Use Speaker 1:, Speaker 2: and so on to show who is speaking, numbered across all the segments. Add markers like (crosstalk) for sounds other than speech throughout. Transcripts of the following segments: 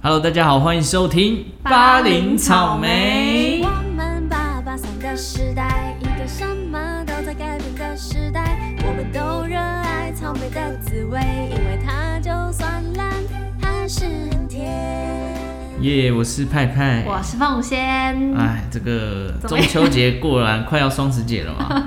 Speaker 1: Hello，大家好，欢迎收听
Speaker 2: 我们八八三的时代，一个什么都在改变的时代，我们都热爱草莓的滋味，因为它就算烂，还是很甜。
Speaker 1: 耶我是派派。
Speaker 2: 我是凤仙，
Speaker 1: 哎，这个
Speaker 2: 怎
Speaker 1: 中
Speaker 2: 么样
Speaker 1: 秋节过完，快要双十节了
Speaker 3: (laughs)
Speaker 1: 嘛。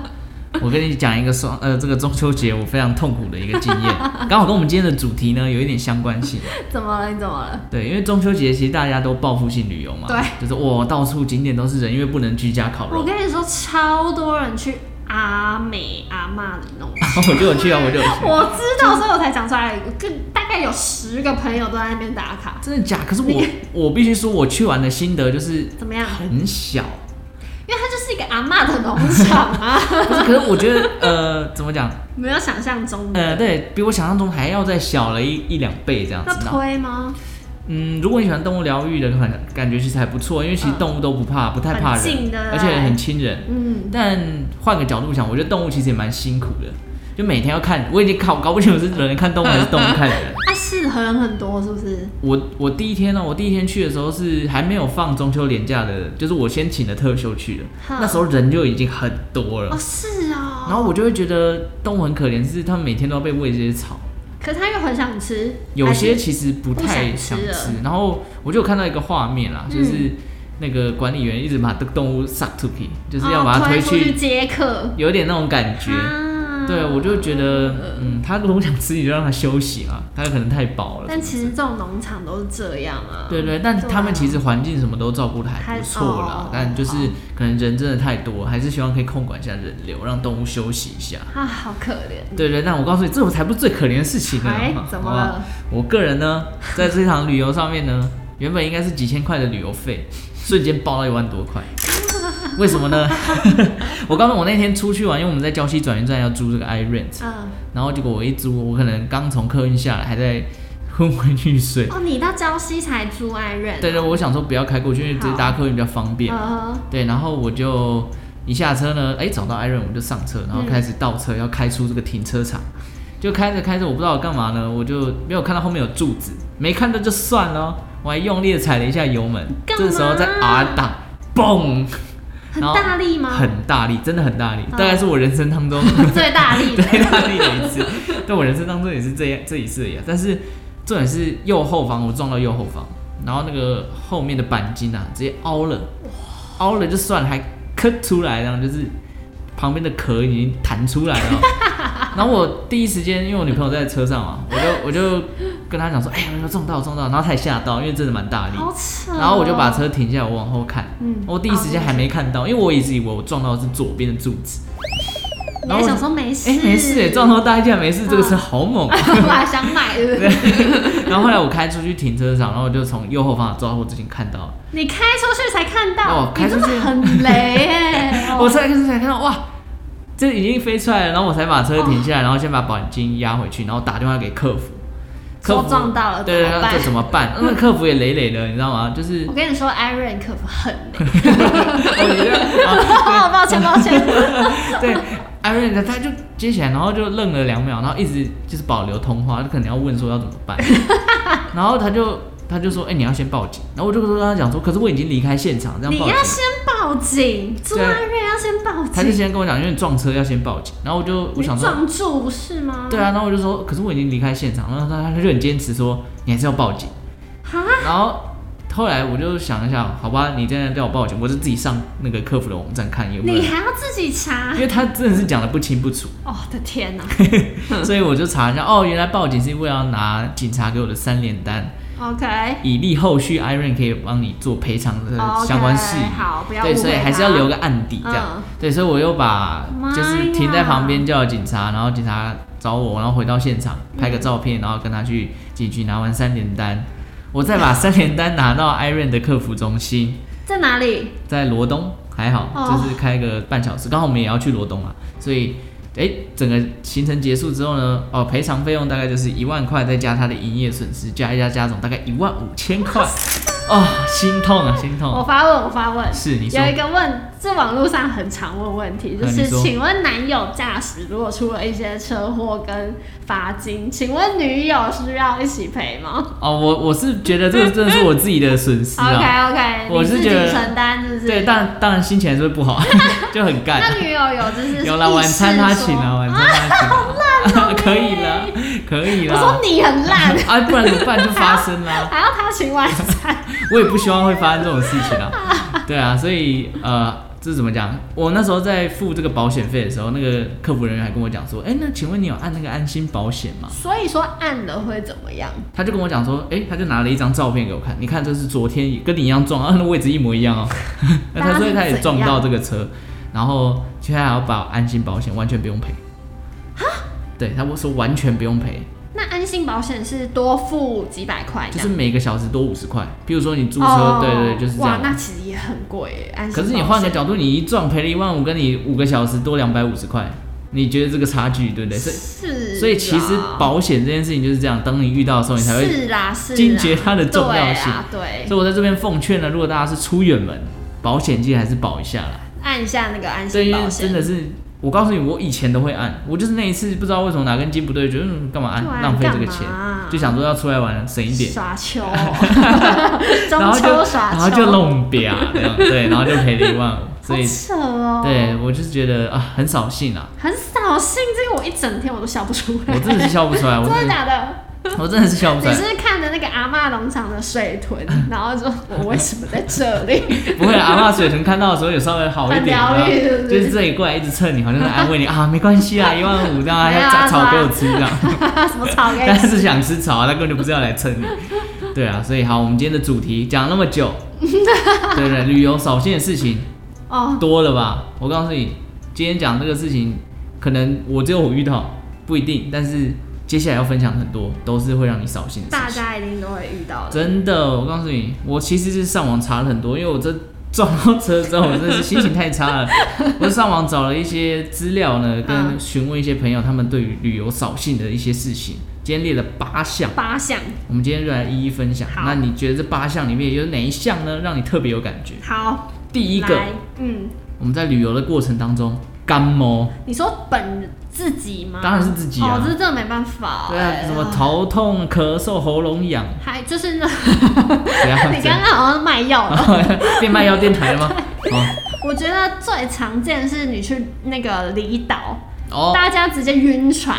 Speaker 1: 我跟你讲一个双呃，这个中秋节我非常痛苦的一个经
Speaker 3: (laughs)
Speaker 1: 验，刚好跟我们今天的主题呢有一点相关性。
Speaker 2: 怎么了？你怎么了？
Speaker 1: 对，因为中秋节其实大家都报复性旅游嘛，
Speaker 2: 对，
Speaker 1: 就是哇，到处景点都是人，因为不能居家烤
Speaker 3: 我
Speaker 1: 肉。
Speaker 3: 跟你说，超多人去阿美阿嬷里弄。
Speaker 1: (laughs) 我就有去啊，我就有
Speaker 3: (laughs)
Speaker 1: 去。
Speaker 3: 我知道，所以我才讲出来，跟大概有十个朋友都在那边打卡。
Speaker 1: 真的假？可是我我必须说，我去玩的心得就是
Speaker 3: 怎么样
Speaker 1: 很小，
Speaker 3: 因为它就是一个阿嬷的农场
Speaker 1: (laughs)
Speaker 3: 啊，
Speaker 1: 不是？可是我觉得呃，怎么讲？
Speaker 3: 没有想象中
Speaker 1: 呃，
Speaker 3: 的。
Speaker 1: 对比我想象中还要再小了一一两倍这样子
Speaker 3: 那。
Speaker 1: 然后
Speaker 3: 推吗？
Speaker 1: 嗯，如果你喜欢动物疗愈的，可能感觉其实还不错，因为其实
Speaker 3: 嗯
Speaker 1: 动物都不怕，不太怕
Speaker 3: 很近
Speaker 1: 人
Speaker 3: 的，
Speaker 1: 而且很亲人。
Speaker 3: 嗯，
Speaker 1: 但换个角度想，我觉得动物其实也蛮辛苦的，就每天要看，我已经搞搞不清楚是人看动物还是动物看
Speaker 3: (laughs)
Speaker 1: 人。
Speaker 3: 它适合人很啊多，是不是？
Speaker 1: 我我第一天呢、我第一天去的时候是还没有放中秋连假的，就是我先请的特休去的，
Speaker 3: 哼
Speaker 1: 那时候人就已经很多了
Speaker 3: 哦，，是
Speaker 1: 呃
Speaker 3: 哦。
Speaker 1: 然后我就会觉得动物很可怜，是他们每天都要被喂这些草，
Speaker 3: 可是他又很想吃，
Speaker 1: 有些
Speaker 3: 还是
Speaker 1: 其实不太想
Speaker 3: 不想吃
Speaker 1: 吃。然后我就有看到一个画面啦，
Speaker 3: 嗯
Speaker 1: 就是那个管理员一直把动物 suck to p 就是要把
Speaker 3: 哦
Speaker 1: 它
Speaker 3: 推
Speaker 1: 推
Speaker 3: 出去
Speaker 1: 去，
Speaker 3: 接客。
Speaker 1: 有点那种感觉。
Speaker 3: 啊呃
Speaker 1: 对，我就觉得，嗯，他如果不想吃，你就让他休息嘛，他可能太饱了。
Speaker 3: 但其实这种农场都是这样啊。
Speaker 1: 对对，但
Speaker 3: 对啊
Speaker 1: 他们其实环境什么都照顾的还
Speaker 3: 还
Speaker 1: 不错啦
Speaker 3: 哦，
Speaker 1: 但就是可能人真的太多，还是希望可以控管一下人流，让动物休息一下。
Speaker 3: 啊，好可怜。
Speaker 1: 对对，那我告诉你，这才不是最可怜的事情呢。啊好
Speaker 3: 哎
Speaker 1: 不好
Speaker 3: 怎么了？
Speaker 1: 我个人呢，在这场旅游上面呢， (laughs) 原本应该是几千块的旅游费， (laughs) 瞬间爆到一万多块。 (laughs) 为什么呢？ (laughs) 我告诉你我那天出去玩，因为我们在礁溪转运站要租这个 iRent，
Speaker 3: 嗯，
Speaker 1: 然后结果我一租，我可能刚从客运下来，还在昏昏欲睡。
Speaker 3: 哦，你到礁溪才住爱人、
Speaker 1: 对对，我想说不要开过去，因为直接搭客运比较方便。
Speaker 3: 呃，
Speaker 1: 对，然后我就一下车呢，哎，找到艾瑞，我就上车，
Speaker 3: 嗯
Speaker 1: 然后开始倒车，要开出这个停车场。就开着开着，我不知道我干嘛呢，我就没有看到后面有柱子，没看到就算了哦，我还用力的踩了一下油门。
Speaker 3: 干
Speaker 1: 这时候在
Speaker 3: 嘛
Speaker 1: R 档，嘣，
Speaker 3: 很
Speaker 1: 然后
Speaker 3: 大力吗？
Speaker 1: 很大力，真的很大力，
Speaker 3: 嗯
Speaker 1: 大概是我人生当中
Speaker 3: 最大
Speaker 1: (laughs)
Speaker 3: 力的。
Speaker 1: 最大力的一次。但我人生当中也是这样这一次而已、啊，但是重点是右后方，我撞到右后方，然后那个后面的钣金啊，直接凹了，凹了就算了，还磕出来，然后就是旁边的壳已经弹出来了。然后我第一时间，因为我女朋友在车上嘛，我就我就跟她讲说，哎、我说撞到撞到，然后她也吓到，因为真的蛮大力。
Speaker 3: 好扯、哦
Speaker 1: 然后我就把，车停下来，我往后看，
Speaker 3: 嗯
Speaker 1: 我第一时间还没看到，因为我一直以为我撞到的是左边的柱子，
Speaker 3: 你
Speaker 1: 然
Speaker 3: 还
Speaker 1: 后我
Speaker 3: 想说没事？
Speaker 1: 哎、没事哎，撞到大家没事，这个
Speaker 3: 嗯
Speaker 1: 车好
Speaker 3: (laughs)
Speaker 1: 猛、啊。
Speaker 3: 我还想买，对不对？
Speaker 1: 然后后来我开出去停车场，然后我就从右后方的照后镜看到，
Speaker 3: 你开出去才看
Speaker 1: 哦
Speaker 3: 到，
Speaker 1: 开
Speaker 3: 你
Speaker 1: 出
Speaker 3: 真
Speaker 1: 去
Speaker 3: 的很雷
Speaker 1: (laughs)
Speaker 3: 哎、
Speaker 1: 我才开始才看到哇，这已经飞出来了，然后我才把车停
Speaker 3: 哦
Speaker 1: 下来，然后先把保险金压回去，然后打电话给客服。
Speaker 3: 说撞到了
Speaker 1: 对对，
Speaker 3: 怎么
Speaker 1: 对
Speaker 3: 办
Speaker 1: 这怎么办？那客服也累累的，你知道吗？就是
Speaker 3: 我跟你说，Iron 可不很
Speaker 1: (laughs)
Speaker 3: 雷。
Speaker 1: 我觉得 (laughs) 啊
Speaker 3: 哦，抱
Speaker 1: (laughs)
Speaker 3: 歉抱歉，
Speaker 1: 对，艾瑞呢，他就接起来，然后就愣了两秒，然后一直就是保留通话，他可能要问说要怎么
Speaker 3: (laughs)
Speaker 1: 办，然后他就他就说，哎、你要先报警，然后我就跟他讲说，可是我已经离开现场，这样
Speaker 3: 你
Speaker 1: 报警
Speaker 3: 要，先报警，住
Speaker 1: 对
Speaker 3: Iron 要先报
Speaker 1: 他就
Speaker 3: 警。
Speaker 1: 先跟我讲，因为撞车要先报警，然后我就我
Speaker 3: 你
Speaker 1: 想说，
Speaker 3: 撞住不是吗？
Speaker 1: 对啊，然后我就说，可是我已经离开现场，然后他他就很坚持说，你还是要报警，
Speaker 3: 哈，
Speaker 1: 然后后来我就想一下，好吧，你真的叫我报警，我就自己上那个客服的网站看有没有
Speaker 3: 你，还要自己查
Speaker 1: 因。为他真的是讲的不清不楚。
Speaker 3: 哦，我的天哪！
Speaker 1: (laughs) 所以我就查一下，哦，原来报警是为了要拿警察给我的三联单，
Speaker 3: OK，
Speaker 1: 以利后续 Iron 可以帮你做赔偿的
Speaker 3: 哦 OK，
Speaker 1: 呃相关事宜。
Speaker 3: 好不要
Speaker 1: 对，
Speaker 3: 误会
Speaker 1: 所以还是要
Speaker 3: 他
Speaker 1: 留个案底这样。
Speaker 3: 嗯
Speaker 1: 对，所以我又把
Speaker 3: 妈呀
Speaker 1: 就是停在旁边叫警察，然后警察找我，然后回到现场拍个照
Speaker 3: 嗯
Speaker 1: 片，然后跟他去警局拿完三联单，我再把三联单拿到 Iron 的客服中心，
Speaker 3: 在哪里？
Speaker 1: 在罗东还好，
Speaker 3: 哦
Speaker 1: 就是开个半小时，刚好我们也要去罗东嘛，所以哎，整个行程结束之后呢，哦，赔偿费用大概就是一万块，再加他的营业损失，加一加加总大概一万五千块，啊，心痛啊，心
Speaker 3: 我
Speaker 1: 痛。
Speaker 3: 发问，我发问，
Speaker 1: 是你说
Speaker 3: 哦有一个问，这网络上很常问问题，就
Speaker 1: 嗯
Speaker 3: 是
Speaker 1: 你说
Speaker 3: 请问男友驾驶如果出了一些车祸跟罚金，请问女友需要一起赔吗
Speaker 1: 哦，我我是觉得这个真的是我自己的损失啊。
Speaker 3: (laughs) ？OK OK，
Speaker 1: 我
Speaker 3: 你
Speaker 1: 是
Speaker 3: 自己
Speaker 1: 觉得
Speaker 3: 承担，是不是？
Speaker 1: 对，但当然心情还是会不好， (laughs) 就很
Speaker 3: 那
Speaker 1: 干。
Speaker 3: 女友有就是
Speaker 1: 有啦，晚餐他请啊，
Speaker 3: 啊。
Speaker 1: 晚餐
Speaker 3: (laughs)
Speaker 1: 他请啊， (laughs) 可以啦，可以
Speaker 3: 哦我
Speaker 1: 啦
Speaker 3: 说。你很
Speaker 1: (laughs)
Speaker 3: 烂，
Speaker 1: 啊，不然怎么办？就发生啦。
Speaker 3: 还要他请晚餐，
Speaker 1: 我也不希望会发生这种事情啊。对啊，所以呃，这怎么讲？我那时候在付这个保险费的时候，那个客服人员还跟我讲说，哎、那请问你有按那个安心保险吗？
Speaker 3: 所以说按了会怎么样？
Speaker 1: 他就跟我讲说，哎、他就拿了一张照片给我看，你看这是昨天跟你一样撞，啊，那位置一模一样
Speaker 3: (laughs)
Speaker 1: 哦。那他所以他也撞到这个车，然后现在还要把安心保险完全不用赔。对，他说完全不用赔，
Speaker 3: 那安心保险是多付几百块这
Speaker 1: 就
Speaker 3: 样，
Speaker 1: 是每个小时多五十块。譬如说你租车，
Speaker 3: 哦
Speaker 1: 对对，对就是这
Speaker 3: 哇
Speaker 1: 样，。
Speaker 3: 那其实也很贵耶，安心
Speaker 1: 可
Speaker 3: 保
Speaker 1: 是
Speaker 3: 险。
Speaker 1: 你换个角度，你一撞赔了一万五，跟你五个小时多两百五十块，你觉得这个差距对不对？所以
Speaker 3: 是，啊
Speaker 1: 所以其实保险这件事情就是这样，当你遇到的时候，你才会。
Speaker 3: 是啦是啦
Speaker 1: 惊觉它的重要性
Speaker 3: 对啊，对
Speaker 1: 所以我在这边奉劝呢，如果大家是出远门，保险记得还是保一下啦。
Speaker 3: 按一下那个安
Speaker 1: 对，
Speaker 3: 心
Speaker 1: 因为
Speaker 3: 保险，
Speaker 1: 真的是，我告诉你，我以前都会按，我就是那一次不知道为什么哪根筋不对，觉得嗯干嘛按，
Speaker 3: 对啊
Speaker 1: 浪费这个钱
Speaker 3: 干嘛，
Speaker 1: 就想说要出来玩省一点，
Speaker 3: 耍球，
Speaker 1: (laughs) 然
Speaker 3: 中
Speaker 1: 后就
Speaker 3: 秋耍球，
Speaker 1: 然后就弄表这样，对，然后就赔了一万五，所以
Speaker 3: 好扯哦，
Speaker 1: 对，我就是觉得啊很扫兴啊，
Speaker 3: 很扫兴，这个我一整天我都笑不出来，
Speaker 1: 我真的是笑不出来，我
Speaker 3: 真
Speaker 1: 真
Speaker 3: 的
Speaker 1: 的
Speaker 3: 假的？
Speaker 1: 我真的是笑不出
Speaker 3: 你
Speaker 1: 来
Speaker 3: 是，不是看着那个阿嬷农场的水
Speaker 1: (laughs)
Speaker 3: 豚，然后就我为什么在这里？
Speaker 1: 不会啊阿嬷水豚看到的时候有稍微好一点
Speaker 3: 很疗
Speaker 1: 啊
Speaker 3: 愈是，不是
Speaker 1: 就是这里过来一直蹭你，好像在安慰你啊，没关系啊，一万五这样，
Speaker 3: 没有
Speaker 1: 要炒
Speaker 3: 啊是吧
Speaker 1: 炒给我吃这样。
Speaker 3: 什么草给
Speaker 1: (laughs) 但
Speaker 3: 你吃？
Speaker 1: 是想吃草啊，他根本就不是要来蹭你。对啊，所以好，我们今天的主题讲了那么
Speaker 3: (laughs)
Speaker 1: 久，对不对？旅游扫兴的事情
Speaker 3: 哦，
Speaker 1: 多了吧？我告诉你，今天讲这个事情，可能我只有我遇到，不一定。但是接下来要分享很多，都是会让你扫兴的
Speaker 3: 大
Speaker 1: 事情。
Speaker 3: 家一定都会遇到的。
Speaker 1: 真的，我告诉你，我其实是上网查了很多，因为我这撞到车之后，我真的是心情太差
Speaker 3: (laughs)
Speaker 1: 了。我上网找了一些资料呢，跟
Speaker 3: 嗯
Speaker 1: 询问一些朋友他们对于旅游扫兴的一些事情。今天列了八项，
Speaker 3: 八项，
Speaker 1: 我们今天就来一一分享。
Speaker 3: 好
Speaker 1: 那你觉得这八项里面有哪一项呢，让你特别有感觉？
Speaker 3: 好，
Speaker 1: 第一个，
Speaker 3: 来，嗯，
Speaker 1: 我们在旅游的过程当中，干摸，
Speaker 3: 你说本自己吗？
Speaker 1: 当然是自己啊
Speaker 3: 哦，这真的没办法、
Speaker 1: 对啊，
Speaker 3: 哎
Speaker 1: 什么头痛、咳嗽、喉咙痒，
Speaker 3: 还就是那，
Speaker 1: 怎样？(laughs)
Speaker 3: (laughs) 你刚刚好像卖药了。
Speaker 1: 刚变卖药电台了
Speaker 3: (laughs)
Speaker 1: 吗？哦
Speaker 3: 我觉得最常见是你去那个离岛，
Speaker 1: 哦
Speaker 3: 大家直接晕船。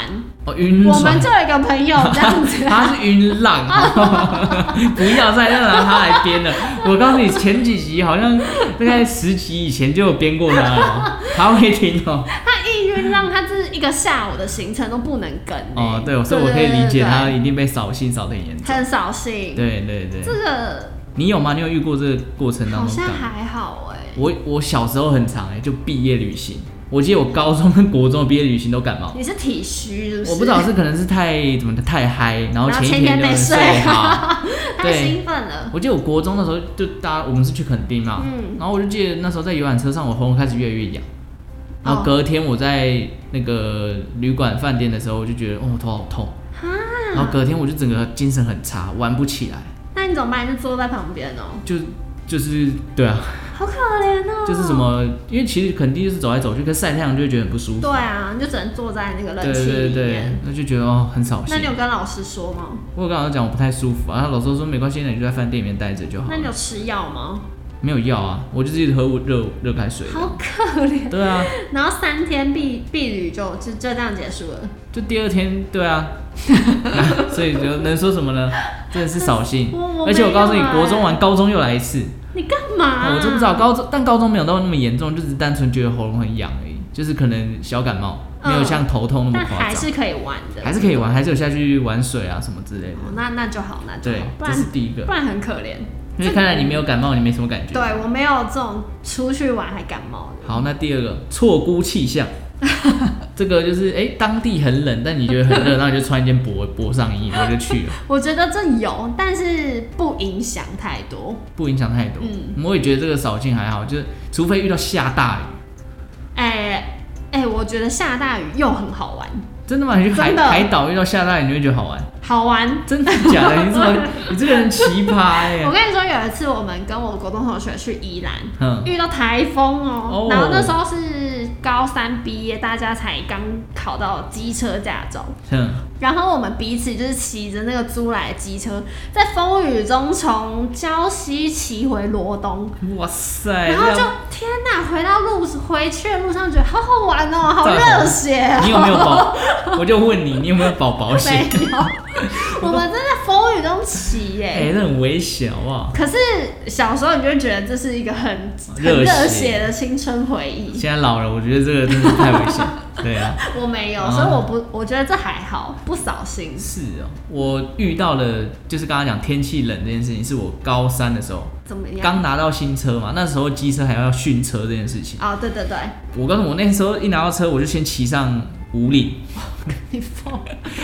Speaker 1: 哦，晕
Speaker 3: 我
Speaker 1: 船啊
Speaker 3: 们，就有一个朋友这样
Speaker 1: (laughs)
Speaker 3: 子，
Speaker 1: 他是晕浪， (laughs) 不要再让他来编了。我告诉你，前几集好像大概十集以前就有编过他
Speaker 3: (laughs)
Speaker 1: 了，他会听哦。
Speaker 3: 他一晕让他这一个下午的行程都不能跟、欸
Speaker 1: 哦，对，所以我可以理解他一定被扫兴扫的很严重。
Speaker 3: 对很扫兴。
Speaker 1: 对对对，
Speaker 3: 这个
Speaker 1: 你有吗？你有遇过这个过程当
Speaker 3: 好
Speaker 1: 中干
Speaker 3: 像
Speaker 1: 嘛？
Speaker 3: 还好哎、
Speaker 1: 我我小时候很长哎、就毕业旅行，我记得我高中跟国中的毕业旅行都感冒。
Speaker 3: 你是体虚是不是？
Speaker 1: 我不知道是可能是太怎么的太嗨，然后
Speaker 3: 然后
Speaker 1: 前一
Speaker 3: 前一天
Speaker 1: 天就
Speaker 3: 没
Speaker 1: 睡
Speaker 3: 睡
Speaker 1: 好。
Speaker 3: (laughs) 太
Speaker 1: 对
Speaker 3: 兴奋了。
Speaker 1: 我记得我国中的时候就大家我们是去垦丁嘛，
Speaker 3: 嗯
Speaker 1: 然后我就记得那时候在游览车上，我喉咙开始越来越痒，然后
Speaker 3: 哦
Speaker 1: 隔天我在那个旅馆饭店的时候，我就觉得哦我头好痛，然后隔天我就整个精神很差，玩不起来，
Speaker 3: 那你怎么办？就坐在旁边哦，
Speaker 1: 就就是对啊，
Speaker 3: 好可怜哦。
Speaker 1: 就是什？么，因为其实垦丁就是走来走去，可是晒太阳就会觉得很不舒服。
Speaker 3: 对啊，你就只能坐在那个冷
Speaker 1: 对
Speaker 3: 气
Speaker 1: 对
Speaker 3: 里面。
Speaker 1: 对，那就觉得哦很扫
Speaker 3: 那
Speaker 1: 兴
Speaker 3: 你。有跟老师说吗？
Speaker 1: 我有跟老师讲我不太舒服啊，他老师说没关系，那你就在饭店里面待着就好
Speaker 3: 那
Speaker 1: 了
Speaker 3: 你。有吃药吗？
Speaker 1: 没有药啊，我就自己喝热热开水。
Speaker 3: 好可怜。
Speaker 1: 对啊，
Speaker 3: 然后三天避避旅就就就这样结束了。
Speaker 1: 就第二天，对
Speaker 3: (laughs)
Speaker 1: 啊，所以就能说什么呢？真的是扫兴
Speaker 3: 我我。
Speaker 1: 而且我告诉你
Speaker 3: 没有，啊
Speaker 1: 国中完，高中又来一次，哦
Speaker 3: 你干嘛？
Speaker 1: 我就不知道。高中，但高中没有到那么严重，就只是单纯觉得喉咙很痒而已，就是可能小感冒，没有
Speaker 3: 嗯
Speaker 1: 像头痛那
Speaker 3: 但
Speaker 1: 么夸
Speaker 3: 还
Speaker 1: 张。
Speaker 3: 是嗯可以玩的。
Speaker 1: 还是可以玩，还是有下去玩水啊什么之类的
Speaker 3: 哦。那那就好，那就好
Speaker 1: 对。，
Speaker 3: 不
Speaker 1: 这
Speaker 3: 然
Speaker 1: 是第一个
Speaker 3: 不。然很可怜。
Speaker 1: 因为看来你没有感冒，你没什么感觉。
Speaker 3: 对我没有这嗯种出去玩还感冒的。
Speaker 1: 好，那第二个错估气
Speaker 3: (laughs)
Speaker 1: 象，这个就是哎、诶当地很冷，但你觉得很
Speaker 3: (laughs)
Speaker 1: 热，然后你就穿一件薄薄上衣，然后就去了，
Speaker 3: 我觉得这有，但是不影响太多。
Speaker 1: 不影响太多。
Speaker 3: 嗯
Speaker 1: 我也觉得这个扫兴还好，就是除非遇到下大雨，
Speaker 3: 哎、哎、我觉得下大雨又很好玩。
Speaker 1: 真的吗？你去海
Speaker 3: 真的
Speaker 1: 海岛遇到下大雨，你会觉得好玩？
Speaker 3: 好玩。
Speaker 1: 真的假的？你怎么， (laughs) 你这个人奇葩耶、
Speaker 3: 我跟你说，有一次我们跟我国中同学去宜兰，
Speaker 1: 嗯
Speaker 3: 遇到台风
Speaker 1: 哦，
Speaker 3: 哦然后那时候是高三毕业，大家才刚考到机车驾照，
Speaker 1: 哼，
Speaker 3: 然后我们彼此就是骑着那个租来的机车，在风雨中从礁溪骑回罗东。
Speaker 1: 哇塞！
Speaker 3: 然后
Speaker 1: 这
Speaker 3: 就
Speaker 1: 样
Speaker 3: 天哪，回到路回去的路上觉得好好玩哦，好
Speaker 1: 再来
Speaker 3: 热血哦！
Speaker 1: 啊你有没有保？我就问你，你有没有保保险？
Speaker 3: 没有，我们真的风雨中骑
Speaker 1: (laughs)
Speaker 3: 耶、
Speaker 1: 哎、那很危险好不好？
Speaker 3: 可是小时候你就会觉得这是一个很很
Speaker 1: 热血
Speaker 3: 热血的青春回忆，
Speaker 1: 现在老了，我觉得这个真的太危险。
Speaker 3: (laughs)
Speaker 1: 对啊，
Speaker 3: 我没有，
Speaker 1: 嗯
Speaker 3: 所以我不，我觉得这还好，不扫兴。
Speaker 1: 是哦，我遇到了，就是刚刚讲天气冷这件事情，是我高三的时候
Speaker 3: 怎么样？
Speaker 1: 刚拿到新车嘛，那时候机车还要训车这件事情。
Speaker 3: 哦，对对对，
Speaker 1: 我告诉我那时候一拿到车，我就先骑上五岭
Speaker 3: (laughs) 你疯了！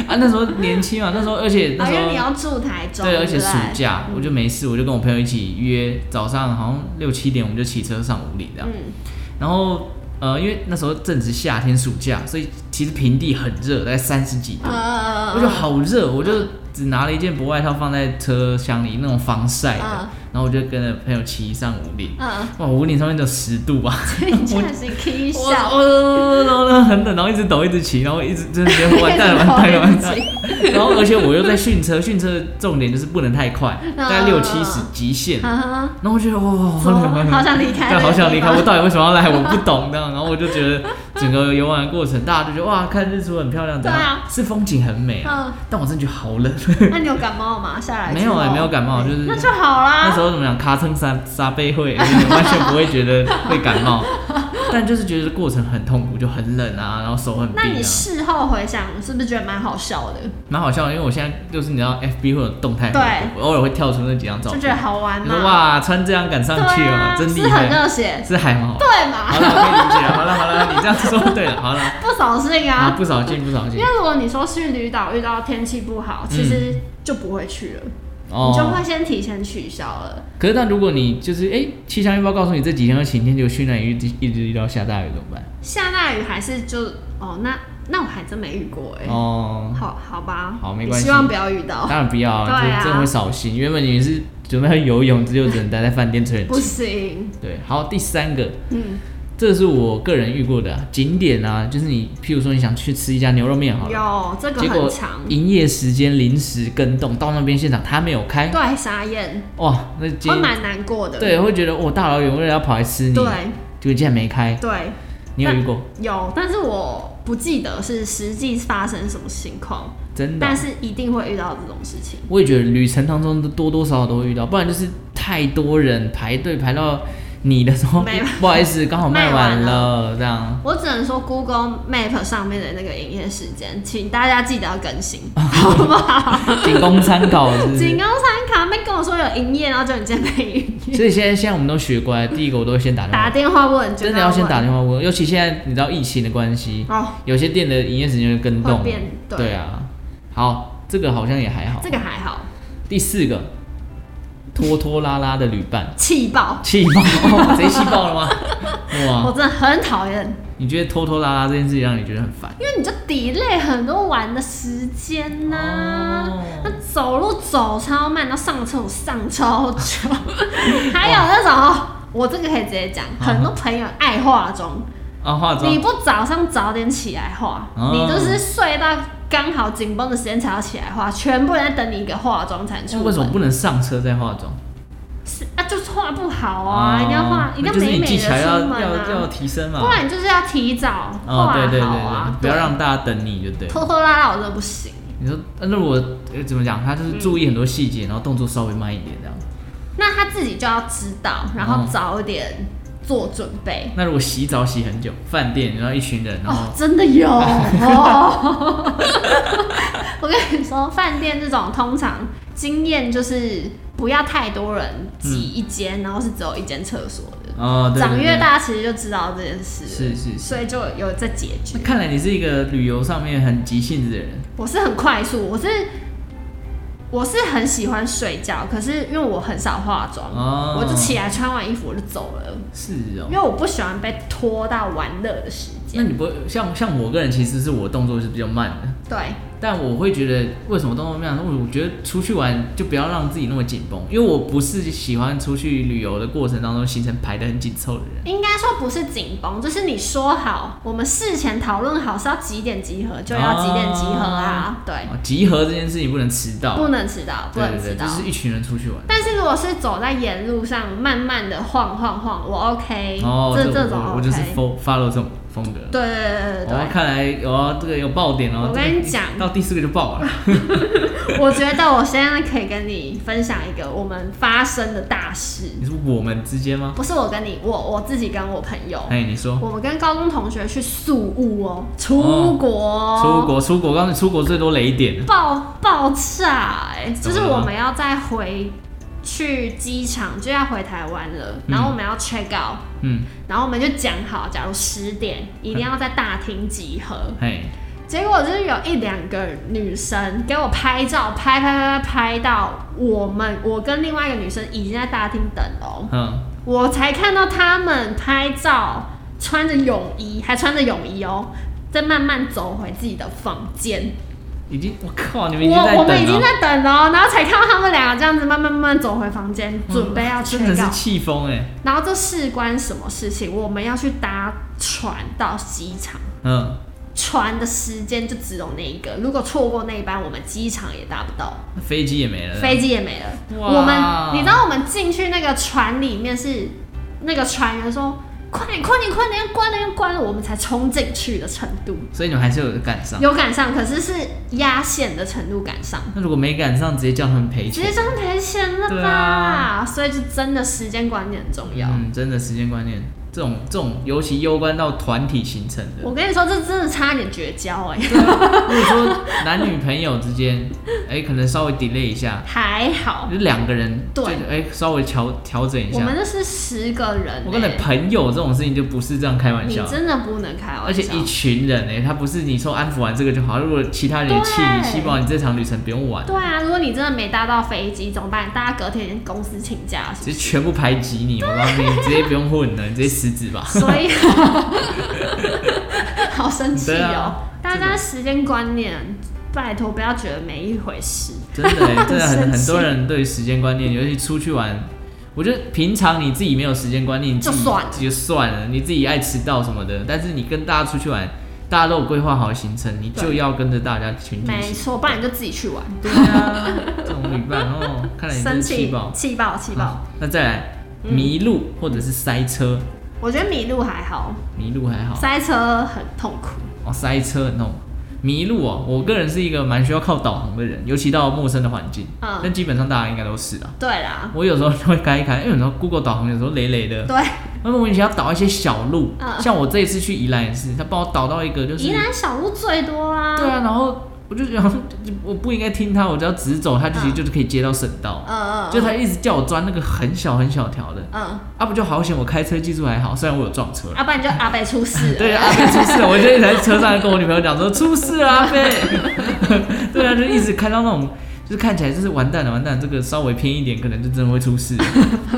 Speaker 1: 啊，那时候年轻嘛，那时候而
Speaker 3: (laughs)
Speaker 1: 且那
Speaker 3: 啊
Speaker 1: 时
Speaker 3: 因为
Speaker 1: 候
Speaker 3: 你要住台中，
Speaker 1: 对，而且
Speaker 3: 不嗯
Speaker 1: 暑假我就没事，我就跟我朋友一起约早上好像六七点，我们就骑车上五里这样。
Speaker 3: 嗯，
Speaker 1: 然后呃，因为那时候正值夏天暑假，所以其实平地很热，大概三十几度，
Speaker 3: 呃，
Speaker 1: 我就好热，我就只拿了一件薄外套放在车厢里那种防晒的
Speaker 3: 嗯，
Speaker 1: 然后我就跟着朋友骑上五里。
Speaker 3: 嗯，
Speaker 1: 哇，五里上面只有十度吧，(laughs)
Speaker 3: 你真的是 K
Speaker 1: 我
Speaker 3: 笑，
Speaker 1: 我哦然后呢很冷，然后一直抖一直骑，然后一直真的觉得完蛋了
Speaker 3: (laughs) 一直抖
Speaker 1: 完蛋了完
Speaker 3: 一
Speaker 1: 蛋
Speaker 3: 直
Speaker 1: 了。然后而且我又在训车，训车的重点就是不能太快，大概六七十极限。
Speaker 3: 哈哈。
Speaker 1: 然后我觉得哇，好
Speaker 3: 嗯怎么
Speaker 1: 冷，
Speaker 3: 好想离
Speaker 1: 对，
Speaker 3: 开这个
Speaker 1: 好想离开。
Speaker 3: 地方
Speaker 1: 我到底为什么要来？我不懂这样。然后我就觉得整个游玩的过程，大家就觉得哇，看日出很漂亮，
Speaker 3: 对啊
Speaker 1: 怎样是风景很美啊。
Speaker 3: 嗯，
Speaker 1: 但我真的觉得好冷，
Speaker 3: 那你有感冒吗？下来之
Speaker 1: 没有
Speaker 3: 后
Speaker 1: 哎，没有感冒，就是
Speaker 3: 那就好啦。
Speaker 1: (laughs) 那时候怎么讲，咔蹭沙沙背会，就是完全不会觉得会感
Speaker 3: (laughs)
Speaker 1: 冒，但就是觉得过程很痛苦，就很冷啊，然后手很
Speaker 3: 那
Speaker 1: 冰
Speaker 3: 你
Speaker 1: 啊，
Speaker 3: 事后回想，是不是觉得蛮好笑的？
Speaker 1: 蛮好笑的，因为我现在就是你知道 FB 会有动态回顾，我
Speaker 3: 对
Speaker 1: 偶尔会跳出那几张照
Speaker 3: 就觉得
Speaker 1: 片，
Speaker 3: 好玩
Speaker 1: 你
Speaker 3: 嘛？
Speaker 1: 说哇，穿这样赶上
Speaker 3: 对
Speaker 1: 去
Speaker 3: 啊
Speaker 1: 哦，，真厉
Speaker 3: 是很
Speaker 1: 害，
Speaker 3: 热血，
Speaker 1: 是还蛮好。
Speaker 3: 对啊
Speaker 1: 好
Speaker 3: 嘛？
Speaker 1: 了，我可以理解了，好了好了，你这样说对了，
Speaker 3: (laughs)
Speaker 1: 好了，
Speaker 3: 不扫兴
Speaker 1: 啊，
Speaker 3: 啊。
Speaker 1: 不扫兴不扫
Speaker 3: 因
Speaker 1: 兴
Speaker 3: 为，如果你说去旅岛遇到天气不好，其实就不会去了，你就
Speaker 1: 嗯哦
Speaker 3: 会，先提前取消了。
Speaker 1: 可是但如果你就是哎，气象预报告诉你这几天会晴天，就去那里一直一直遇到下大雨怎么办？
Speaker 3: 下大雨还是就哦，那那我还真没遇过哎、
Speaker 1: 哦，
Speaker 3: 好好吧，
Speaker 1: 好没关系
Speaker 3: 希望不要遇到，
Speaker 1: 当然不要啊，
Speaker 3: 对啊
Speaker 1: 这真的会扫兴。原本你是准备要游泳，只有只能待在饭店吹冷
Speaker 3: 不
Speaker 1: 气。
Speaker 3: 行，
Speaker 1: 对，好，第三个，
Speaker 3: 嗯，
Speaker 1: 这是我个人遇过的、啊、景点啊，就是你，譬如说你想去吃一家牛肉面好了，
Speaker 3: 有这个
Speaker 1: 结
Speaker 3: 很
Speaker 1: 果
Speaker 3: 长，
Speaker 1: 营业时间临时更动，到那边现场他没有开，
Speaker 3: 对，傻眼，
Speaker 1: 哇，那今
Speaker 3: 会蛮难过的，
Speaker 1: 对会觉得我大老远为了要跑来吃你，
Speaker 3: 对
Speaker 1: 结果竟然没开，
Speaker 3: 对，
Speaker 1: 你有遇过？
Speaker 3: 有，但是我不记得是实际发生什么情况，
Speaker 1: 真的哦、
Speaker 3: 但是一定会遇到这种事情。
Speaker 1: 我也觉得旅程当中多多少少都会遇到，不然就是太多人排队排到你的时候
Speaker 3: 没有，
Speaker 1: 不好意思，刚好卖完
Speaker 3: 卖完
Speaker 1: 了，这样。
Speaker 3: 我只能说 Google Map 上面的那个营业时间，请大家记得要更新，
Speaker 1: 哦
Speaker 3: 好不好？
Speaker 1: 仅供参考是不
Speaker 3: (laughs) 仅
Speaker 1: 是？
Speaker 3: 供参考。没跟我说有营业，然后就你今天没营业，
Speaker 1: 所以现在现在我们都学乖，第一个我都会先打电
Speaker 3: 打
Speaker 1: 话，
Speaker 3: 电话问，
Speaker 1: 真的要先打
Speaker 3: 电
Speaker 1: 电话问，尤其现在你知道疫情的关系，
Speaker 3: 话。哦，
Speaker 1: 有些店的营业时间就跟动
Speaker 3: 会变，对
Speaker 1: 对啊。好，这个好像也还好
Speaker 3: 这。个还好，
Speaker 1: 第四个，拖拖拉拉的旅伴，
Speaker 3: 气爆。
Speaker 1: 气
Speaker 3: (laughs)
Speaker 1: 爆，贼气爆了吗？
Speaker 3: 我
Speaker 1: 哇，
Speaker 3: 真的很讨厌，
Speaker 1: 你觉得拖拖拉拉这件事情让你觉得很烦？
Speaker 3: 因为你就 delay 很多玩的时间呐、
Speaker 1: 哦
Speaker 3: 那走路走超慢，然后上车我上超
Speaker 1: (laughs)
Speaker 3: 久，还有那种哦我这个可以直接讲，很多朋友爱化妆，
Speaker 1: 啊，化妆
Speaker 3: 你不早上早点起来化，
Speaker 1: 哦
Speaker 3: 你就是睡到刚好紧绷的时间才要起来化，全部人在等你一个化妆才能出
Speaker 1: 那
Speaker 3: 门。
Speaker 1: 为什么不能上车再化妆？
Speaker 3: 是啊，就是化不好啊，一定要化，一
Speaker 1: 那
Speaker 3: 定
Speaker 1: 哦
Speaker 3: 要
Speaker 1: 就是
Speaker 3: 美
Speaker 1: 你
Speaker 3: 美
Speaker 1: 技
Speaker 3: 的出
Speaker 1: 巧
Speaker 3: 门
Speaker 1: 要要要
Speaker 3: 啊，
Speaker 1: 提升嘛
Speaker 3: 不。然你就是要提早
Speaker 1: 哦
Speaker 3: 化，
Speaker 1: 对对对
Speaker 3: 好
Speaker 1: 对
Speaker 3: 啊，，
Speaker 1: 不要让大家等你就对
Speaker 3: 对
Speaker 1: 了。
Speaker 3: 拖拖拉拉，我真的不行。
Speaker 1: 你说，呃那如果呃怎么讲，他
Speaker 3: 嗯
Speaker 1: 就是注意很多细节，然后动作稍微慢一点这样。
Speaker 3: 那他自己就要知道，然后
Speaker 1: 哦
Speaker 3: 早一点做准备。
Speaker 1: 那如果洗澡洗很久，饭店然后一群人，然后、
Speaker 3: 哦，真的
Speaker 1: (laughs)
Speaker 3: 有哦！我跟你说，饭店这种通常经验就是不要太多人挤一间，然后是只有一间厕所的。
Speaker 1: 哦，对对
Speaker 3: 长
Speaker 1: 对
Speaker 3: 越大，其实就知道这件事了，
Speaker 1: 是是是。
Speaker 3: 所以就有在解决
Speaker 1: 那。看来你是一个旅游上面很急性子的人，
Speaker 3: 我是很快速，我是我是很喜欢睡觉，可是因为我很少化妆，
Speaker 1: 哦
Speaker 3: 我就起来穿完衣服我就走了，
Speaker 1: 是哦
Speaker 3: 因为。我不喜欢被拖到玩乐的时
Speaker 1: 那
Speaker 3: 间。
Speaker 1: 你不会像像我个人，其实是我动作是比较慢的，
Speaker 3: 对，
Speaker 1: 但我会觉得为什么动作慢？我我觉得出去玩就不要让自己那么紧绷，因为我不是喜欢出去旅游的过程当中行程排得很紧凑的人。
Speaker 3: 应该说不是紧绷，就是你说好，我们事前讨论好是要几点集合，就要几点集合啊，对，
Speaker 1: 哦集合这件事情不能迟到，
Speaker 3: 不能迟到，不
Speaker 1: 对
Speaker 3: 能
Speaker 1: 对
Speaker 3: 迟
Speaker 1: 对，
Speaker 3: 到哎
Speaker 1: 就。是一群人出去玩。
Speaker 3: 但是如果是走在沿路上，慢慢的晃晃晃，我 OK，、
Speaker 1: 哦，
Speaker 3: 这
Speaker 1: 我
Speaker 3: 这种
Speaker 1: 我
Speaker 3: OK，
Speaker 1: 我就是 follow follow 这种风格。
Speaker 3: 对对对对
Speaker 1: 哦，看来哦，这个有爆点哦。
Speaker 3: 我
Speaker 1: 这个
Speaker 3: 跟你讲
Speaker 1: 到第四个就爆了。
Speaker 3: 对，我觉得我现在可以跟你分享一个我们发生的大事，
Speaker 1: 你说我们之间吗？
Speaker 3: 不是我跟你，我我自己跟我朋友，
Speaker 1: 哎，你说
Speaker 3: 我们跟高中同学去宿务哦，出国哦，
Speaker 1: 出国，出国，我告诉你，出国最多雷点。
Speaker 3: 爆爆炸、欸，就
Speaker 1: 怎么了
Speaker 3: 是我们要再回去机场，就要回台湾了，然后我们要 check out，、
Speaker 1: 嗯，
Speaker 3: 然后我们就讲好，假如十点一定要在大厅集合。
Speaker 1: 哎，
Speaker 3: 结果就是有一两个女生给我拍照，拍拍拍拍拍到我们，我跟另外一个女生已经在大厅等了哦，
Speaker 1: 嗯，
Speaker 3: 我才看到他们拍照，穿着泳衣，还穿着泳衣哦，在慢慢走回自己的房间。
Speaker 1: 已经，我靠，你们已经在
Speaker 3: 我我
Speaker 1: 等
Speaker 3: 们已经
Speaker 1: 了，
Speaker 3: 在等了哦，然后才看到他们两个这样子慢慢慢慢走回房间，准备要
Speaker 1: 嗯真的
Speaker 3: check
Speaker 1: 是
Speaker 3: out。
Speaker 1: 气疯哎。
Speaker 3: 然后这事关什么事情？我们要去搭船到机场，
Speaker 1: 嗯，
Speaker 3: 船的时间就只有那一个，如果错过那一班，我们机场也搭不到，
Speaker 1: 飞机也没了。
Speaker 3: 飞机也没了。
Speaker 1: 嗯哇
Speaker 3: 我们你知道我们进去那个船里面是那个船员说。快点，快点，快点！要关了，要关了！我们才冲进去的程度，
Speaker 1: 所以你们还是有赶上。
Speaker 3: 有赶上，可是是压线的程度赶上。
Speaker 1: 那如果没赶上，直接叫他们赔
Speaker 3: 直
Speaker 1: 钱
Speaker 3: 接。这样赔钱了
Speaker 1: 对
Speaker 3: 吧？
Speaker 1: 啊
Speaker 3: 所以就真的时间观念很重要。
Speaker 1: 嗯，真的时间观念，这种这种尤其攸关到团体形成的。
Speaker 3: 我跟你说，这真的差点绝交哎、
Speaker 1: 如果说男女朋友之间，哎、可能稍微 delay 一下，
Speaker 3: 还好
Speaker 1: 就两个人
Speaker 3: 对
Speaker 1: 就哎、稍微调调整一
Speaker 3: 我
Speaker 1: 下。
Speaker 3: 们这是十个人、欸，
Speaker 1: 我跟你讲朋友这种事情就不是这样开玩
Speaker 3: 你
Speaker 1: 笑，
Speaker 3: 真的不能开玩笑，
Speaker 1: 而且一群人哎、他不是你说安抚完这个就好，如果其他人也气你，
Speaker 3: 对
Speaker 1: 气爆你这场旅程不用玩，
Speaker 3: 对啊，如果你真的没搭到飞机怎么办？大家隔天公司请假
Speaker 1: 直
Speaker 3: 是不
Speaker 1: 接
Speaker 3: 是？
Speaker 1: 全部排挤你，我告诉你，你直接不用混
Speaker 3: (laughs)
Speaker 1: 了，你直接辞职 (laughs) 吧。
Speaker 3: 所以， (laughs) 好生气
Speaker 1: 对
Speaker 3: 哦
Speaker 1: 啊、
Speaker 3: 大家时间观念，拜托不要觉得没一回事。
Speaker 1: 真的
Speaker 3: (laughs)
Speaker 1: 欸，真的很
Speaker 3: 生气
Speaker 1: 很多人对于时间观念，尤其出去玩，我觉得平常你自己没有时间观念，你自己
Speaker 3: 就算了
Speaker 1: 就算了，你自己爱迟到什么的，但是你跟大家出去玩，大家都有规划好行程，你就
Speaker 3: 对
Speaker 1: 要跟着大家群体
Speaker 3: 没
Speaker 1: 行。
Speaker 3: 错，不然你就自己去玩，
Speaker 1: 对啊，这种旅伴哦，看来你真
Speaker 3: 生
Speaker 1: 的气
Speaker 3: 气
Speaker 1: 爆。嗯
Speaker 3: 气爆气爆。
Speaker 1: 好，那再来迷路或者是塞车，
Speaker 3: 我觉得迷路还好，
Speaker 1: 迷路还好，
Speaker 3: 塞车很痛苦。
Speaker 1: 哦塞车很痛。迷路哦，我个人是一个蛮需要靠导航的人，尤其到陌生的环境，
Speaker 3: 嗯
Speaker 1: 但基本上大家应该都是啊。
Speaker 3: 对啦，
Speaker 1: 我有时候就会开一开，因为有时候 Google 导航有时候累累的，
Speaker 3: 对，
Speaker 1: 那么我以前要导一些小路，
Speaker 3: 嗯
Speaker 1: 像我这一次去宜兰也是，他帮我导到一个就是，
Speaker 3: 宜兰小路最多啦。
Speaker 1: 对啊，然后我就想说 (laughs) 我不应该听他，我只要直走，他就其实
Speaker 3: 嗯
Speaker 1: 就是可以接到省道，
Speaker 3: 嗯，嗯
Speaker 1: 就他一直叫我钻那个很小很小条的，
Speaker 3: 嗯，
Speaker 1: 啊不就好险我开车技术还好，虽然我有撞车，
Speaker 3: 啊要不然就阿北出 (laughs) 事了。
Speaker 1: 对啊，出事了！我就一直在车上跟我女朋友讲说出事了，阿飞。 (laughs) 对啊，就一直看到那种，就是看起来就是完蛋了，完蛋了，这个稍微偏一点，可能就真的会出事。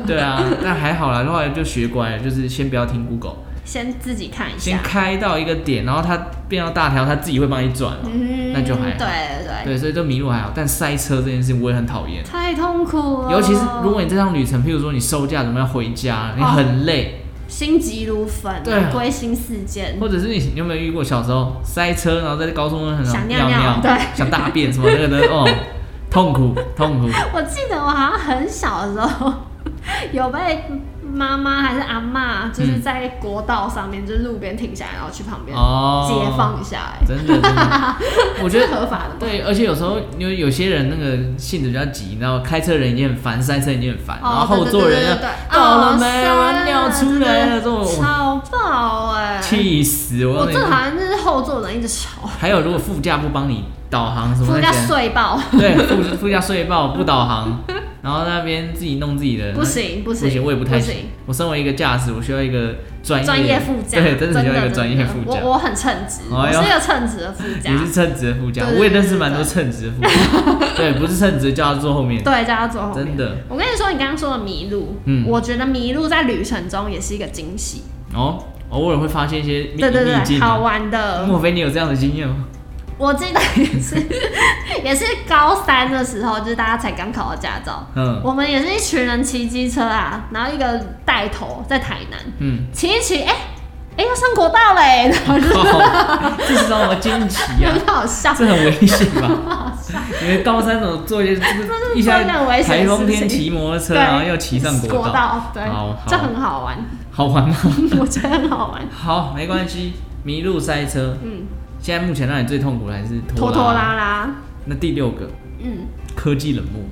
Speaker 1: 对啊，但还好啦，后来就学乖了，就是先不要听 Google，
Speaker 3: 先自己看一
Speaker 1: 先
Speaker 3: 下。
Speaker 1: 开到一个点，然后它变到大条，它自己会帮你转了。
Speaker 3: 嗯
Speaker 1: 那就还好
Speaker 3: 对对对，
Speaker 1: 对，所以这迷路还好，但塞车这件事我也很讨厌。
Speaker 3: 太痛苦了。
Speaker 1: 尤其是如果你这趟旅程，譬如说你收假准备要回家，你很累，
Speaker 3: 心急如焚，
Speaker 1: 对啊
Speaker 3: 归心似箭。
Speaker 1: 或者是你你有没有遇过小时候塞车，然后在高中很
Speaker 3: 想
Speaker 1: 尿
Speaker 3: 尿尿对
Speaker 1: 想大便什么那个
Speaker 3: (laughs)
Speaker 1: 的哦，痛苦痛苦。
Speaker 3: 我记得我好像很小的时候 (laughs) 有被妈妈还是阿嬷，就是
Speaker 1: 嗯
Speaker 3: 在国道上面，就是路边停下来，然后去旁边
Speaker 1: 哦
Speaker 3: 解放一下。哎
Speaker 1: 真的，真
Speaker 3: (laughs)
Speaker 1: 的，我觉
Speaker 3: 这
Speaker 1: 得
Speaker 3: 是合法的吗？
Speaker 1: 对，而且有时候因为有些人那个性子比较急，然后开车人已经很烦，塞车已经很烦，然后后座人
Speaker 3: 哦对对对
Speaker 1: 要
Speaker 3: 对对
Speaker 1: 到了没，
Speaker 3: 哦
Speaker 1: 我要尿出来了，这
Speaker 3: 真的
Speaker 1: 种
Speaker 3: 吵爆哎！
Speaker 1: 气死我！告
Speaker 3: 我这
Speaker 1: 诉
Speaker 3: 好
Speaker 1: 你，
Speaker 3: 像就是后座人一直吵，
Speaker 1: 还有如果副驾不帮你导航什么
Speaker 3: 副
Speaker 1: 那
Speaker 3: 驾
Speaker 1: 些，
Speaker 3: 睡爆，
Speaker 1: 对，副副驾睡爆不导航，然后那边自己弄自己的，
Speaker 3: (laughs) 不行不行
Speaker 1: 不行我也不太
Speaker 3: 不
Speaker 1: 行
Speaker 3: 行
Speaker 1: 我身为一个驾驶，我需要一个专业
Speaker 3: 专业副驾，
Speaker 1: 对，真的需要一个
Speaker 3: 真
Speaker 1: 专业副驾。
Speaker 3: 我我很称职，我
Speaker 1: 哎
Speaker 3: 是
Speaker 1: 呦
Speaker 3: 一个称职的副驾
Speaker 1: 你，是称职的副驾，
Speaker 3: 对对对
Speaker 1: 我也认识蛮多称职的副
Speaker 3: (laughs)
Speaker 1: 驾，对，不是称职叫他坐后面，
Speaker 3: 对，叫他坐后
Speaker 1: 真
Speaker 3: 面。
Speaker 1: 的
Speaker 3: 我跟你说，你刚刚说的迷路，
Speaker 1: 嗯
Speaker 3: 我觉得迷路在旅程中也是一个惊喜，
Speaker 1: 哦，偶尔会发现一些秘
Speaker 3: 对对
Speaker 1: 秘
Speaker 3: 对，
Speaker 1: 境
Speaker 3: 好
Speaker 1: 啊。
Speaker 3: 玩的。
Speaker 1: 莫非你有这样的经验吗？
Speaker 3: 我记得也是， (laughs) 也是高三的时候，就是大家才刚考到驾照，
Speaker 1: 嗯
Speaker 3: 我们也是一群人骑机车啊，然后一个带头在台南
Speaker 1: 嗯， (laughs)
Speaker 3: 骑一骑，哎、哎、要上国道嘞，然后就
Speaker 1: 靠这是让我惊奇
Speaker 3: (laughs)
Speaker 1: 呀、
Speaker 3: 很好笑，
Speaker 1: 这很危险吧？
Speaker 3: (laughs)
Speaker 1: 因为高三怎么做一些一
Speaker 3: 做
Speaker 1: 下
Speaker 3: 一件很危险的
Speaker 1: 台风天
Speaker 3: 事情
Speaker 1: 骑摩托车，
Speaker 3: 对
Speaker 1: 然后要啊骑上国
Speaker 3: 国
Speaker 1: 道，
Speaker 3: 道，对
Speaker 1: 好好，
Speaker 3: 这很好玩， (laughs)
Speaker 1: 好玩吗？
Speaker 3: 我觉得很好玩。
Speaker 1: 好，没关系，迷路塞车。
Speaker 3: 嗯，
Speaker 1: 现在目前让你最痛苦的还是
Speaker 3: 拖拖拉拉，
Speaker 1: 那第六个，
Speaker 3: 嗯，
Speaker 1: 科技冷漠，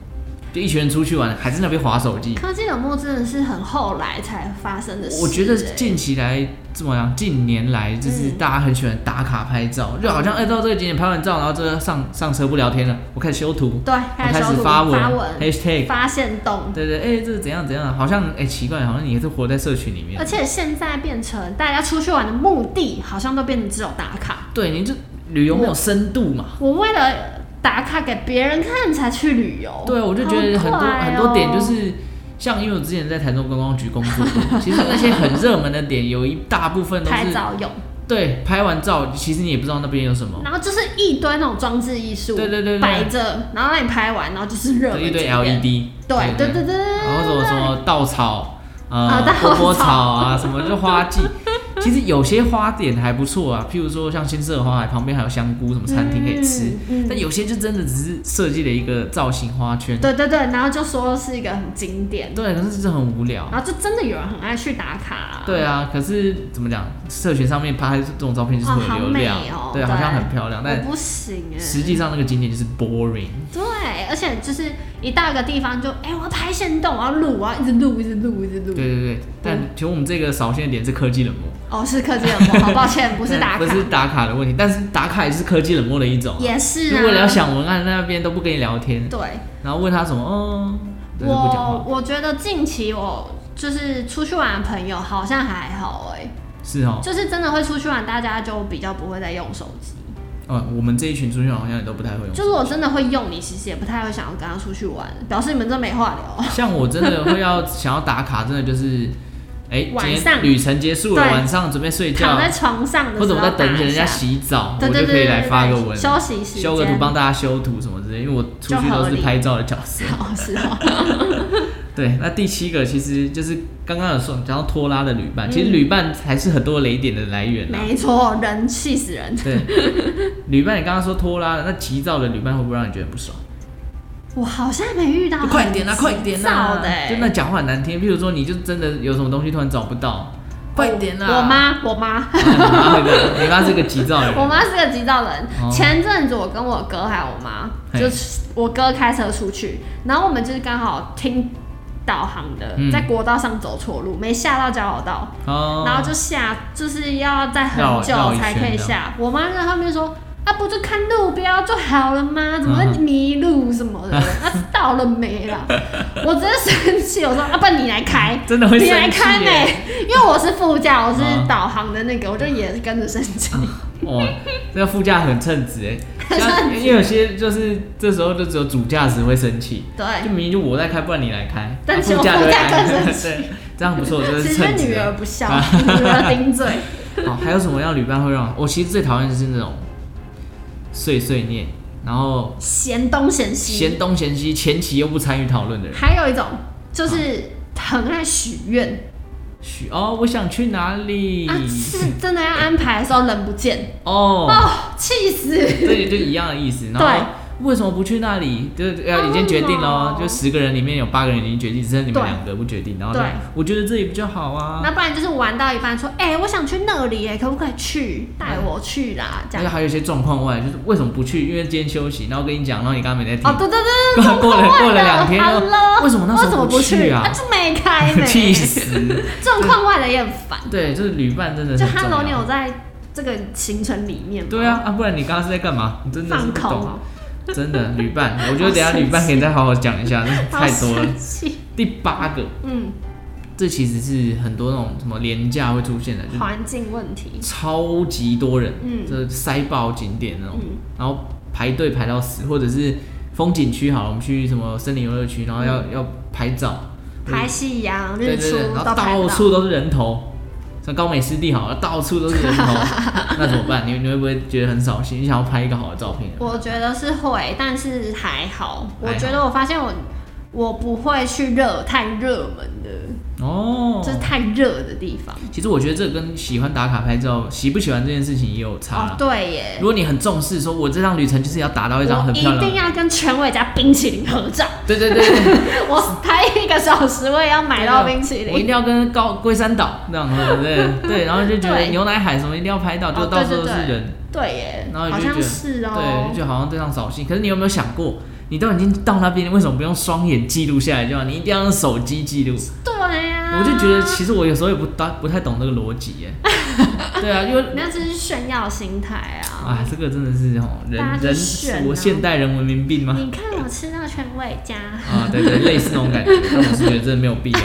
Speaker 1: 就一群人出去玩，还在那边划手机。
Speaker 3: 科技冷漠真的是很后来才发生的事、
Speaker 1: 我觉得
Speaker 3: 哎
Speaker 1: 近期来怎么样？近年来就是
Speaker 3: 嗯
Speaker 1: 大家很喜欢打卡拍照，就好像哎到这个景点拍完照，然后这个上上车不聊天了，我开始修图，
Speaker 3: 对
Speaker 1: 我开
Speaker 3: 开始
Speaker 1: 始
Speaker 3: 修图
Speaker 1: 发文
Speaker 3: 发文
Speaker 1: ，#hashtag
Speaker 3: 发现动，
Speaker 1: 对对，哎、这是怎样怎样？好像哎、奇怪，好像你也是活在社群里面
Speaker 3: 而。且现在变成大家出去玩的目的，好像都变成只有打卡。
Speaker 1: 对，你就旅游没有深度嘛？
Speaker 3: 我为了打卡给别人看才去旅游，
Speaker 1: 对，我就觉得很多、
Speaker 3: 哦好怪哦
Speaker 1: 很多点就是，像因为我之前在台中观光局工作，其
Speaker 3: (laughs)
Speaker 1: 实那些很热门的点，有一大部分都是
Speaker 3: 拍照用，
Speaker 1: 对拍完照，其实你也不知道那边有什么，
Speaker 3: 然后就是一堆那种装置艺术，
Speaker 1: 对对对对
Speaker 3: 摆着，然后让你拍完，然后就是热门
Speaker 1: 一堆 E
Speaker 3: 景点
Speaker 1: LED，
Speaker 3: 对对对对对，
Speaker 1: 然后什么什么稻草，
Speaker 3: 啊
Speaker 1: 呃，
Speaker 3: 稻
Speaker 1: 波波
Speaker 3: 草
Speaker 1: 草啊，什么就花季。其实有些花点还不错啊，譬如说像新社花海旁边还有香菇什么餐厅可以吃，
Speaker 3: 嗯嗯
Speaker 1: 但有些就真的只是设计了一个造型花圈，
Speaker 3: 对对对，然后就说是一个很经典，
Speaker 1: 对，可是这很无聊。
Speaker 3: 然后就真的有人很爱去打卡、
Speaker 1: 对啊，可是怎么讲，社群上面拍这种照片就是
Speaker 3: 哦
Speaker 1: 会有
Speaker 3: 好
Speaker 1: 流
Speaker 3: 美
Speaker 1: 量，
Speaker 3: 哦
Speaker 1: 对，好
Speaker 3: 对
Speaker 1: 像很漂亮，
Speaker 3: 我嗯
Speaker 1: 但
Speaker 3: 不行哎、
Speaker 1: 实际上那个景点就是 boring。
Speaker 3: 对，而且就是一到一个地方就哎、我要拍现动，我要录，我要一直录，一直录，一直录
Speaker 1: 对。对对，但其实我们这个扫兴的点是科技冷漠，
Speaker 3: 哦，是科技冷漠，好抱歉，不是打
Speaker 1: 不
Speaker 3: 卡，
Speaker 1: 是打卡的问题，但是打卡也是科技冷漠的一种啊。
Speaker 3: 也是啊。
Speaker 1: 如果你要想文案，那边都不跟你聊天，
Speaker 3: 对，
Speaker 1: 然后问他什么，哦，都是不讲
Speaker 3: 我
Speaker 1: 话，
Speaker 3: 我觉得近期我就是出去玩的朋友好像还好哎、
Speaker 1: 是哦，
Speaker 3: 就是真的会出去玩，大家就比较不会再用手机。
Speaker 1: 哦，我们这一群出去好像也都不太会用
Speaker 3: 就。是我真的会用你，其实也不太会想要跟他出去玩，表示你们真没话聊。
Speaker 1: 像我真的会要想要打卡，真的就是，哎，今
Speaker 3: 晚
Speaker 1: 天
Speaker 3: 上
Speaker 1: 旅程结束了，
Speaker 3: 对
Speaker 1: 晚上准备睡觉
Speaker 3: 躺，在床上的时候，
Speaker 1: 或者我在等人家
Speaker 3: 打一下，
Speaker 1: 洗澡，我
Speaker 3: 对对
Speaker 1: 就
Speaker 3: 对
Speaker 1: 可
Speaker 3: 对
Speaker 1: 以
Speaker 3: 对，
Speaker 1: 来发个文，
Speaker 3: 休息时间，
Speaker 1: 修个图，帮大家修图什么之类，因为我出去
Speaker 3: 就
Speaker 1: 都
Speaker 3: 合
Speaker 1: 是
Speaker 3: 理
Speaker 1: 拍照的角
Speaker 3: (laughs)
Speaker 1: 色。
Speaker 3: 哦，是哦，
Speaker 1: 对，那第七个其实就是刚刚有说讲到拖拉的旅
Speaker 3: 嗯
Speaker 1: 伴，其实旅伴才是很多雷点的来源啦。啊
Speaker 3: 没错，人气死人。 (laughs)
Speaker 1: 对，旅伴，你刚刚说拖拉了，那急躁的旅伴会不会让你觉得不爽？
Speaker 3: 我好像没遇到
Speaker 1: 就
Speaker 3: 很
Speaker 1: 快点啊，快点
Speaker 3: 燥
Speaker 1: 啊！
Speaker 3: 的欸
Speaker 1: 就那讲话很难听，譬如说你就真的有什么东西突然找不
Speaker 3: (laughs)
Speaker 1: 到，快点啊！
Speaker 3: 我，妈，我妈，
Speaker 1: 你妈会不会你妈是个急躁的人，
Speaker 3: 我妈是个急躁人。
Speaker 1: 哦
Speaker 3: 前阵子我跟我哥还有我妈，
Speaker 1: 嘿
Speaker 3: 就是我哥开车出去，然后我们就是刚好听导航的，
Speaker 1: 嗯
Speaker 3: 在国道上走错路，没下到交流道，
Speaker 1: 哦，
Speaker 3: 然后就下，就是要在
Speaker 1: 绕
Speaker 3: 很久
Speaker 1: 绕一
Speaker 3: 才可以
Speaker 1: 圈这
Speaker 3: 下。我妈在后面说：“啊，不就看路标就好了吗？怎么会
Speaker 1: 嗯哼
Speaker 3: 迷路什么
Speaker 1: (laughs)
Speaker 3: 的？啊，到了没啦？”我真的生气，我说：“啊，不然你来开，
Speaker 1: 真的会
Speaker 3: 你来
Speaker 1: 生气
Speaker 3: 开呢、
Speaker 1: 耶。
Speaker 3: 因为我是副驾，我是
Speaker 1: 嗯
Speaker 3: 导航的那个，我就也跟着生气。
Speaker 1: 哦，这个副驾很称职
Speaker 3: (laughs)
Speaker 1: 哎，像因为有些就是这时候就只有主驾驶会生气，
Speaker 3: 对，
Speaker 1: 就明明就我在开，不然你来开，
Speaker 3: 但
Speaker 1: 啊
Speaker 3: 是我
Speaker 1: 驾就
Speaker 3: 副
Speaker 1: 会
Speaker 3: 驾
Speaker 1: 开
Speaker 3: 更生
Speaker 1: (laughs) 对，这样不错，这
Speaker 3: 其
Speaker 1: 是
Speaker 3: 实
Speaker 1: 称职
Speaker 3: 女
Speaker 1: 的啊
Speaker 3: 儿不孝，女儿
Speaker 1: (laughs)
Speaker 3: 顶嘴。
Speaker 1: 好，还有什么样旅伴会让我？我其实最讨厌的是那种碎碎念，然后
Speaker 3: 嫌东嫌西。
Speaker 1: 嫌东嫌西，前期又不参与讨论的人。
Speaker 3: 还有一种就是很爱许愿
Speaker 1: 许哦，我想去哪里
Speaker 3: 啊？，是真的要安排的时候人不见
Speaker 1: 哦，
Speaker 3: 哦，气死！ (laughs)
Speaker 1: 对，就一样的意思。然后为什么不去那里？就是要已经决定了哦，
Speaker 3: 为什么
Speaker 1: 就十个人里面有八个人已经决定，只剩你们
Speaker 3: 对
Speaker 1: 两个不决定。然后
Speaker 3: 对
Speaker 1: 呢，我觉得这里比较好啊。
Speaker 3: 那不然就是玩到一半说，哎、我想去那里，哎，可不可以去？带我去啦，这
Speaker 1: 而且
Speaker 3: 样。
Speaker 1: 还有一些状况外，就是为什么不去？因为今天休息。然后跟你讲，然后你刚刚没在听。
Speaker 3: 哦，对对
Speaker 1: (laughs)
Speaker 3: 对
Speaker 1: 过过
Speaker 3: 对，
Speaker 1: 了过了两天
Speaker 3: 好
Speaker 1: 又
Speaker 3: 了，
Speaker 1: 为什么那时候
Speaker 3: 为什么
Speaker 1: 不去
Speaker 3: 去
Speaker 1: 啊
Speaker 3: 就没开
Speaker 1: (laughs)
Speaker 3: 没。
Speaker 1: 气！死！
Speaker 3: 状况外的也很烦，
Speaker 1: 对，就是旅伴真的
Speaker 3: 就
Speaker 1: 很重
Speaker 3: 他
Speaker 1: 要啊
Speaker 3: 轮流在这个行程里面。
Speaker 1: 对啊，，啊，不然你刚刚是在干嘛？你真的是
Speaker 3: 放
Speaker 1: 不
Speaker 3: 空
Speaker 1: 懂
Speaker 3: 哦。
Speaker 1: 真的旅伴，我觉得等一下
Speaker 3: 好生气
Speaker 1: 旅伴可以再好好讲一下，那
Speaker 3: 好
Speaker 1: 太多了
Speaker 3: 生。气。
Speaker 1: 第八个，
Speaker 3: 嗯，
Speaker 1: 这其实是很多那种什么廉价会出现的，就是
Speaker 3: 环境问题。
Speaker 1: 超级多人，
Speaker 3: 嗯
Speaker 1: 这塞爆景点那种，
Speaker 3: 嗯
Speaker 1: 然后排队排到死，或者是风景区好了，我们去什么森林游乐区，然后要、
Speaker 3: 嗯
Speaker 1: 要拍照，
Speaker 3: 拍夕阳、
Speaker 1: 对
Speaker 3: 日
Speaker 1: 嗯对
Speaker 3: 出
Speaker 1: 对，然后
Speaker 3: 都拍
Speaker 1: 到
Speaker 3: 不
Speaker 1: 处
Speaker 3: 到。
Speaker 1: 都是人头，像高美湿地好了，到处都是人
Speaker 3: (laughs)
Speaker 1: 头，那怎么办？你你会不会觉得很扫兴？你想要拍一个好的照片？
Speaker 3: 我觉得是会，但是还好。
Speaker 1: 还
Speaker 3: 我
Speaker 1: 好
Speaker 3: 觉得我发现我我不会去热太热门的，
Speaker 1: 哦，
Speaker 3: 就是太热的地方。
Speaker 1: 其实我觉得这跟喜欢打卡拍照、喜不喜欢这件事情也有差啦
Speaker 3: 哦，对耶，
Speaker 1: 如果你很重视，说我这趟旅程就是要达到一张
Speaker 3: 我
Speaker 1: 很
Speaker 3: 一
Speaker 1: 漂亮
Speaker 3: 定
Speaker 1: 的，
Speaker 3: 要跟全伟家冰淇淋
Speaker 1: (laughs)
Speaker 3: 合照。
Speaker 1: 对对对对，
Speaker 3: 我拍一个小时，我也要买到冰淇
Speaker 1: 啊我一定
Speaker 3: 淋。
Speaker 1: 要跟高龟山岛那样，对不
Speaker 3: (laughs)
Speaker 1: 对？对，然后就觉得
Speaker 3: 对
Speaker 1: 牛奶海什么一定要拍到，
Speaker 3: 哦
Speaker 1: 就到处都是
Speaker 3: 对对对
Speaker 1: 人，
Speaker 3: 对耶，
Speaker 1: 然后你
Speaker 3: 好
Speaker 1: 就觉
Speaker 3: 像
Speaker 1: 得
Speaker 3: 是
Speaker 1: 对，
Speaker 3: 哦
Speaker 1: 就。觉得好像对上扫兴。可是你有没有想过，你都已经到那边，为什么不用双眼记录下来就好？你一定要用手机记录？
Speaker 3: 对啊呀，
Speaker 1: 我就觉得，其实我有时候也不大不太懂这个逻辑
Speaker 3: (laughs)
Speaker 1: 耶。对啊，因为
Speaker 3: 那这是炫耀心态啊！
Speaker 1: 啊，这个真的是哦，
Speaker 3: 大
Speaker 1: 人
Speaker 3: 家就
Speaker 1: 人
Speaker 3: 选
Speaker 1: 我
Speaker 3: 啊
Speaker 1: 现代人文明病吗？
Speaker 3: 你看我吃到全伟家，
Speaker 1: 啊，对对，类似那种感觉，但我是觉得真的没有必要。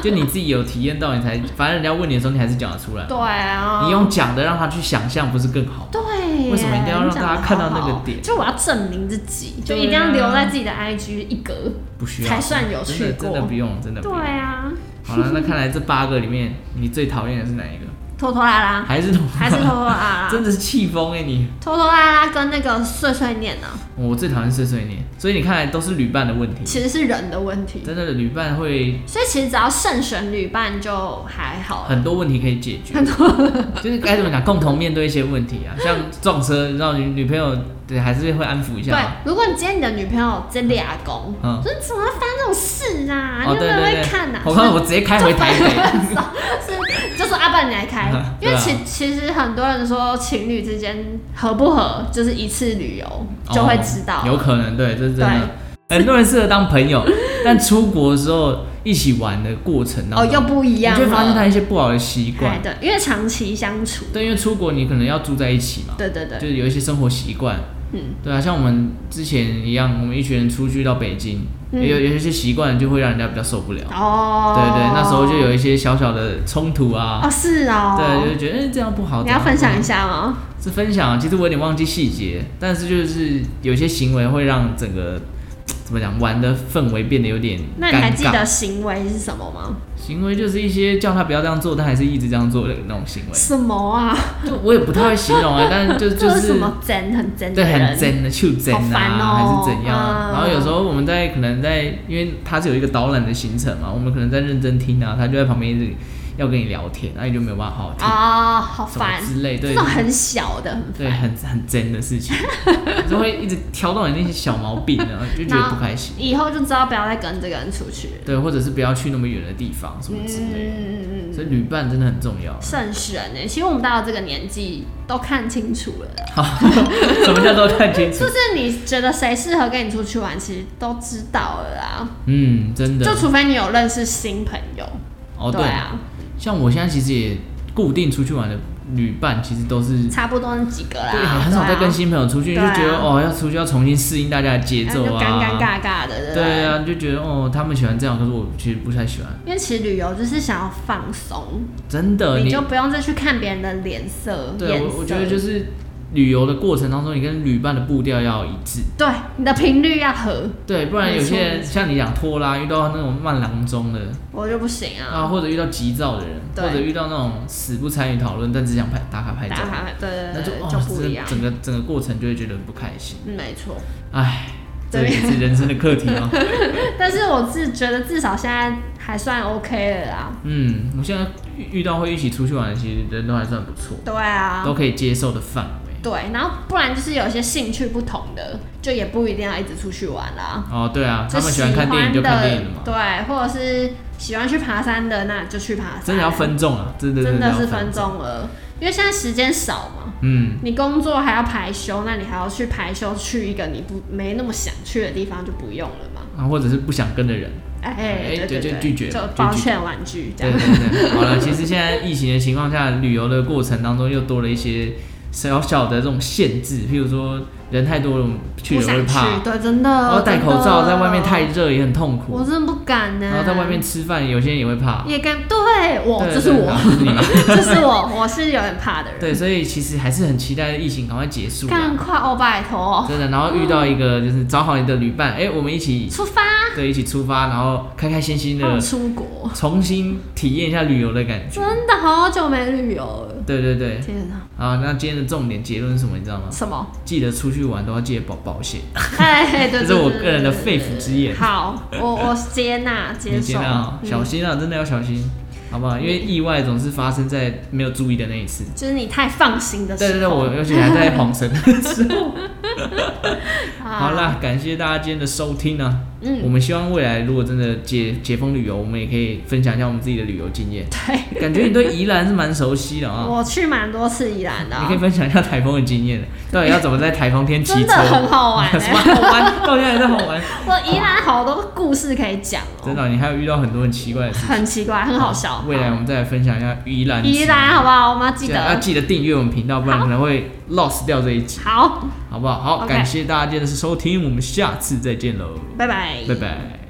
Speaker 1: 就你自己有体验到，你才，反正人家问你的时候，你还是讲得出来。
Speaker 3: 对啊，
Speaker 1: 你用讲的让他去想象，不是更好？
Speaker 3: 对耶，
Speaker 1: 为什么一定要让大家看到那个点
Speaker 3: 你讲得好好就我要证明自己，就
Speaker 1: 对啊
Speaker 3: 一定要留在自己的 IG 一格。
Speaker 1: 不需要，
Speaker 3: 才算有
Speaker 1: 真的
Speaker 3: 去过
Speaker 1: 真的不用，真的不
Speaker 3: 对
Speaker 1: 用。
Speaker 3: 啊，
Speaker 1: 好了，那看来这八个里面，你最讨厌的是哪
Speaker 3: (laughs)
Speaker 1: 一个？
Speaker 3: 拖拖拉拉
Speaker 1: 还是头发
Speaker 3: 还是拖拖拉
Speaker 1: (laughs)
Speaker 3: 拉，
Speaker 1: 真的是气疯哎你！
Speaker 3: 拖拖拉拉跟那个碎碎念啊呢，
Speaker 1: 我最讨厌碎碎念，所以你看来都是旅伴的问题。
Speaker 3: 其实是人的问题。
Speaker 1: 真的旅伴会
Speaker 3: 所以其实只要慎选旅伴就还好了。
Speaker 1: 很多问题可以解决， (laughs) 就是该怎么讲，共同面对一些问题
Speaker 3: (laughs)
Speaker 1: 啊，像撞车，让女女朋友对还是会安抚一下
Speaker 3: 对
Speaker 1: 嘛。，
Speaker 3: 如果你今天你的女朋友在俩工，
Speaker 1: 嗯
Speaker 3: 就是怎么会发生这种事啊？
Speaker 1: 哦，
Speaker 3: 你有
Speaker 1: 对
Speaker 3: 没有
Speaker 1: 对
Speaker 3: 会
Speaker 1: 对
Speaker 3: 看啊？，
Speaker 1: 我看我直接开回台
Speaker 3: (laughs)
Speaker 1: 北。，
Speaker 3: 是就说阿爸你来开
Speaker 1: 对
Speaker 3: 因为
Speaker 1: 啊
Speaker 3: 其其实很多人说情侣之间合不合，就是一次旅游就会知道
Speaker 1: 哦，有可能对，这是真的。
Speaker 3: 对
Speaker 1: 很多人适合当朋友， (laughs) 但出国的时候一起玩的过程当
Speaker 3: 哦
Speaker 1: 中，
Speaker 3: 又不一
Speaker 1: 你就
Speaker 3: 样
Speaker 1: 会发现他
Speaker 3: 了。
Speaker 1: 一些不好的习惯
Speaker 3: 哎。对，因为长期相处，
Speaker 1: 对，因为出国你可能要住在一起嘛，
Speaker 3: 对对
Speaker 1: 就
Speaker 3: 对，
Speaker 1: 是有一些生活习惯。
Speaker 3: 嗯，
Speaker 1: 对啊，像我们之前一样，我们一群人出去到北京，
Speaker 3: 嗯
Speaker 1: 有有一些习惯就会让人家比较受不了。
Speaker 3: 哦，
Speaker 1: 对对，那时候就有一些小小的冲突啊
Speaker 3: 哦，，是哦，
Speaker 1: 对，就觉得哎、这样不好。
Speaker 3: 你要
Speaker 1: 这样不好
Speaker 3: 分享一下吗？
Speaker 1: 是分享啊，其实我有点忘记细节，但是就是有些行为会让整个怎么讲玩的氛围变得有点
Speaker 3: 那你还
Speaker 1: 尴
Speaker 3: 记得
Speaker 1: 尬。
Speaker 3: 行为是什么吗？
Speaker 1: 行为就是一些叫他不要这样做，但还是一直这样做的那种行
Speaker 3: (laughs)
Speaker 1: 为。
Speaker 3: 什么啊？
Speaker 1: 就我也不太会形容啊，但就就
Speaker 3: 这是什
Speaker 1: 是
Speaker 3: 么真很真的
Speaker 1: 对
Speaker 3: 人
Speaker 1: 很真的秀真
Speaker 3: 好烦
Speaker 1: 啊，
Speaker 3: 哦
Speaker 1: 还是怎样啊。
Speaker 3: 嗯
Speaker 1: 然后有时候我们在可能在，因为他是有一个导览的行程嘛，我们可能在认真听啊，他就在旁边一直要跟你聊天，那你就没有办法好好听
Speaker 3: 啊，好
Speaker 1: 什么
Speaker 3: 烦，
Speaker 1: 之类，对，
Speaker 3: 这
Speaker 1: 就
Speaker 3: 种
Speaker 1: 是
Speaker 3: 很小的很
Speaker 1: 对，
Speaker 3: 烦。
Speaker 1: 哎很很真的
Speaker 3: (laughs)
Speaker 1: 事情，就会一直挑到你那些小毛病，然后
Speaker 3: (laughs)
Speaker 1: 就觉得不开心。
Speaker 3: 以后就知道不要再跟这个人出去。
Speaker 1: 对，或者是不要去那么远的地方什么之
Speaker 3: 嗯
Speaker 1: 类的。
Speaker 3: 嗯嗯嗯，。
Speaker 1: 所以旅伴真的很重要
Speaker 3: (laughs) 慎选呢。其实我们到这个年纪都看清楚了啦，
Speaker 1: 什么叫做看清楚
Speaker 3: 就？是你觉得谁适合跟你出去玩，其实都知道了啦。
Speaker 1: 嗯，真的
Speaker 3: 就。除非你有认识新朋友，
Speaker 1: 哦，
Speaker 3: 对
Speaker 1: 对，
Speaker 3: 啊，
Speaker 1: 像我现在其实也固定出去玩的旅伴，其实都是。
Speaker 3: 差不多那几个啦，
Speaker 1: 对，很少
Speaker 3: 对啊
Speaker 1: 再跟新朋友出去，就
Speaker 3: 对啊
Speaker 1: 觉得哦，要出去要重新适应大家的节
Speaker 3: 哎
Speaker 1: 奏
Speaker 3: 就
Speaker 1: 啊，
Speaker 3: 尴尴尬尬的，不
Speaker 1: 对啊，就觉得哦，他们喜欢这样，可是我其实不太喜欢，
Speaker 3: 因为其实旅游就是想要放松，
Speaker 1: 真的，
Speaker 3: 你就不用再去看别人的脸色、
Speaker 1: 呃对
Speaker 3: 颜
Speaker 1: 我
Speaker 3: 色。
Speaker 1: 我觉得就是旅游的过程当中，你跟旅伴的步调要一致，
Speaker 3: 对你的频率要合，
Speaker 1: 对，不然有些人
Speaker 3: 没错
Speaker 1: 像你讲拖拉，遇到那种慢郎中的
Speaker 3: 我就不行
Speaker 1: 啊，
Speaker 3: 啊。
Speaker 1: 或者遇到急躁的人，
Speaker 3: 对
Speaker 1: 或者遇到那种死不参与讨论，但只想拍打卡拍
Speaker 3: 打
Speaker 1: 照，
Speaker 3: 卡，对对
Speaker 1: 那就
Speaker 3: 对，
Speaker 1: 哦，
Speaker 3: 就不
Speaker 1: 这
Speaker 3: 一样。
Speaker 1: 整个整个过程就会觉得很不开心，
Speaker 3: 嗯没错，
Speaker 1: 唉，这
Speaker 3: 对
Speaker 1: 也是人生的课题哦。 (laughs)
Speaker 3: 但是我自觉得至少现在还算 OK 了啦。
Speaker 1: 嗯，我现在遇遇到会一起出去玩的，其实人都还算不错，
Speaker 3: 对啊
Speaker 1: 都，可以接受的范围。
Speaker 3: 对，然后不然就是有些兴趣不同的，就也不一定要一直出去玩啦。
Speaker 1: 哦，对啊，他
Speaker 3: 就
Speaker 1: 们喜欢看电影就看电影了嘛，
Speaker 3: 对，或者是喜欢去爬山的，那就去爬山。
Speaker 1: 真的要，分众啊，真的
Speaker 3: 真
Speaker 1: 的
Speaker 3: 的
Speaker 1: 要
Speaker 3: 是
Speaker 1: 分
Speaker 3: 分
Speaker 1: 众，
Speaker 3: 钟了，因为现在时间少嘛。
Speaker 1: 嗯。
Speaker 3: 你工作还要排休，那你还要去排休，去一个你不没那么想去的地方就不用了嘛。
Speaker 1: 啊，或者是不想跟的人。
Speaker 3: 哎、
Speaker 1: 哎
Speaker 3: 对
Speaker 1: 就
Speaker 3: 对
Speaker 1: 就
Speaker 3: 对，
Speaker 1: 拒绝
Speaker 3: 就
Speaker 1: 就拒
Speaker 3: 抱
Speaker 1: 绝
Speaker 3: 歉婉拒这
Speaker 1: 对
Speaker 3: 样。
Speaker 1: 对对，好了，其实现在疫情的情况下，旅游的过程当中又多了一些小小的这种限制，譬如说人太多了，我们去
Speaker 3: 不
Speaker 1: 了会
Speaker 3: 想去
Speaker 1: 怕。，
Speaker 3: 对，真的。
Speaker 1: 然后戴口
Speaker 3: 真
Speaker 1: 罩，
Speaker 3: 的
Speaker 1: 在外面太，热也很痛苦
Speaker 3: 我。真的不敢呢、
Speaker 1: 然后在外面吃饭，有些人也会怕。
Speaker 3: 也敢，对我，
Speaker 1: 对
Speaker 3: 这是
Speaker 1: 对
Speaker 3: 我
Speaker 1: 然，后是你嘛？
Speaker 3: (laughs) 这是我，我是有点怕的人。
Speaker 1: 对，所以其实还是很期待疫情赶快结束啦。
Speaker 3: 干快哦，拜托，
Speaker 1: 真的，然后遇到一个就是找好你的旅伴，哎、我们一起
Speaker 3: 出发，
Speaker 1: 对一起出发，然后开开心心
Speaker 3: 要
Speaker 1: 的
Speaker 3: 出国，
Speaker 1: 重新体验一下旅游的感觉。
Speaker 3: 真的好久没旅游了。
Speaker 1: 对对对，
Speaker 3: 天哪，
Speaker 1: 啊，那今天的重点结论是什么？你知道吗？
Speaker 3: 什
Speaker 1: (laughs)
Speaker 3: 么？
Speaker 1: 记得出去玩都要记得保保险，
Speaker 3: 哎，对，
Speaker 1: 这
Speaker 3: 对
Speaker 1: 是我
Speaker 3: 对
Speaker 1: 个人的
Speaker 3: 对
Speaker 1: 肺
Speaker 3: 对
Speaker 1: 腑之
Speaker 3: 对
Speaker 1: 言
Speaker 3: 好，我我接纳接
Speaker 1: 你
Speaker 3: 受
Speaker 1: 先啊，，小
Speaker 3: 嗯
Speaker 1: 心啊，真的要小心，好不好？因为意外总是发生在没有注意的那一次。
Speaker 3: 嗯就是你太放心的时
Speaker 1: 对
Speaker 3: 候。
Speaker 1: 对对，我尤其还在黄 (laughs)
Speaker 3: (laughs)
Speaker 1: 神的时候。好
Speaker 3: 好，
Speaker 1: 啦，感谢大家今天的收听啊。我
Speaker 3: 嗯，
Speaker 1: 们希望未来如果真的解解封旅游，我们也可以分享一下我们自己的旅游经验。
Speaker 3: 对，
Speaker 1: 感觉你对宜兰是蛮熟悉的啊，
Speaker 3: 我去蛮多次宜兰的
Speaker 1: 你可以
Speaker 3: 哦，
Speaker 1: 分享一下台风的经验，到底要怎么在台风天骑
Speaker 3: 真
Speaker 1: 车
Speaker 3: 的？很好玩
Speaker 1: (laughs) 什么
Speaker 3: 哎，
Speaker 1: 好玩？到现在还在好玩？
Speaker 3: 我宜兰好多故事可以讲
Speaker 1: 真
Speaker 3: 哦，
Speaker 1: 的，你还有遇到很多很奇怪的事，
Speaker 3: 很奇怪，很好笑。
Speaker 1: 未来我们再来分享一下宜兰。
Speaker 3: 宜兰好不好？我们要记
Speaker 1: 要
Speaker 3: 得。
Speaker 1: 记得订阅我们频道，不然可能会 lost 掉这一集，
Speaker 3: 好，
Speaker 1: 好不好？好，
Speaker 3: OK
Speaker 1: 感谢大家今天的收听，我们下次再见喽，
Speaker 3: 拜拜。
Speaker 1: 拜拜。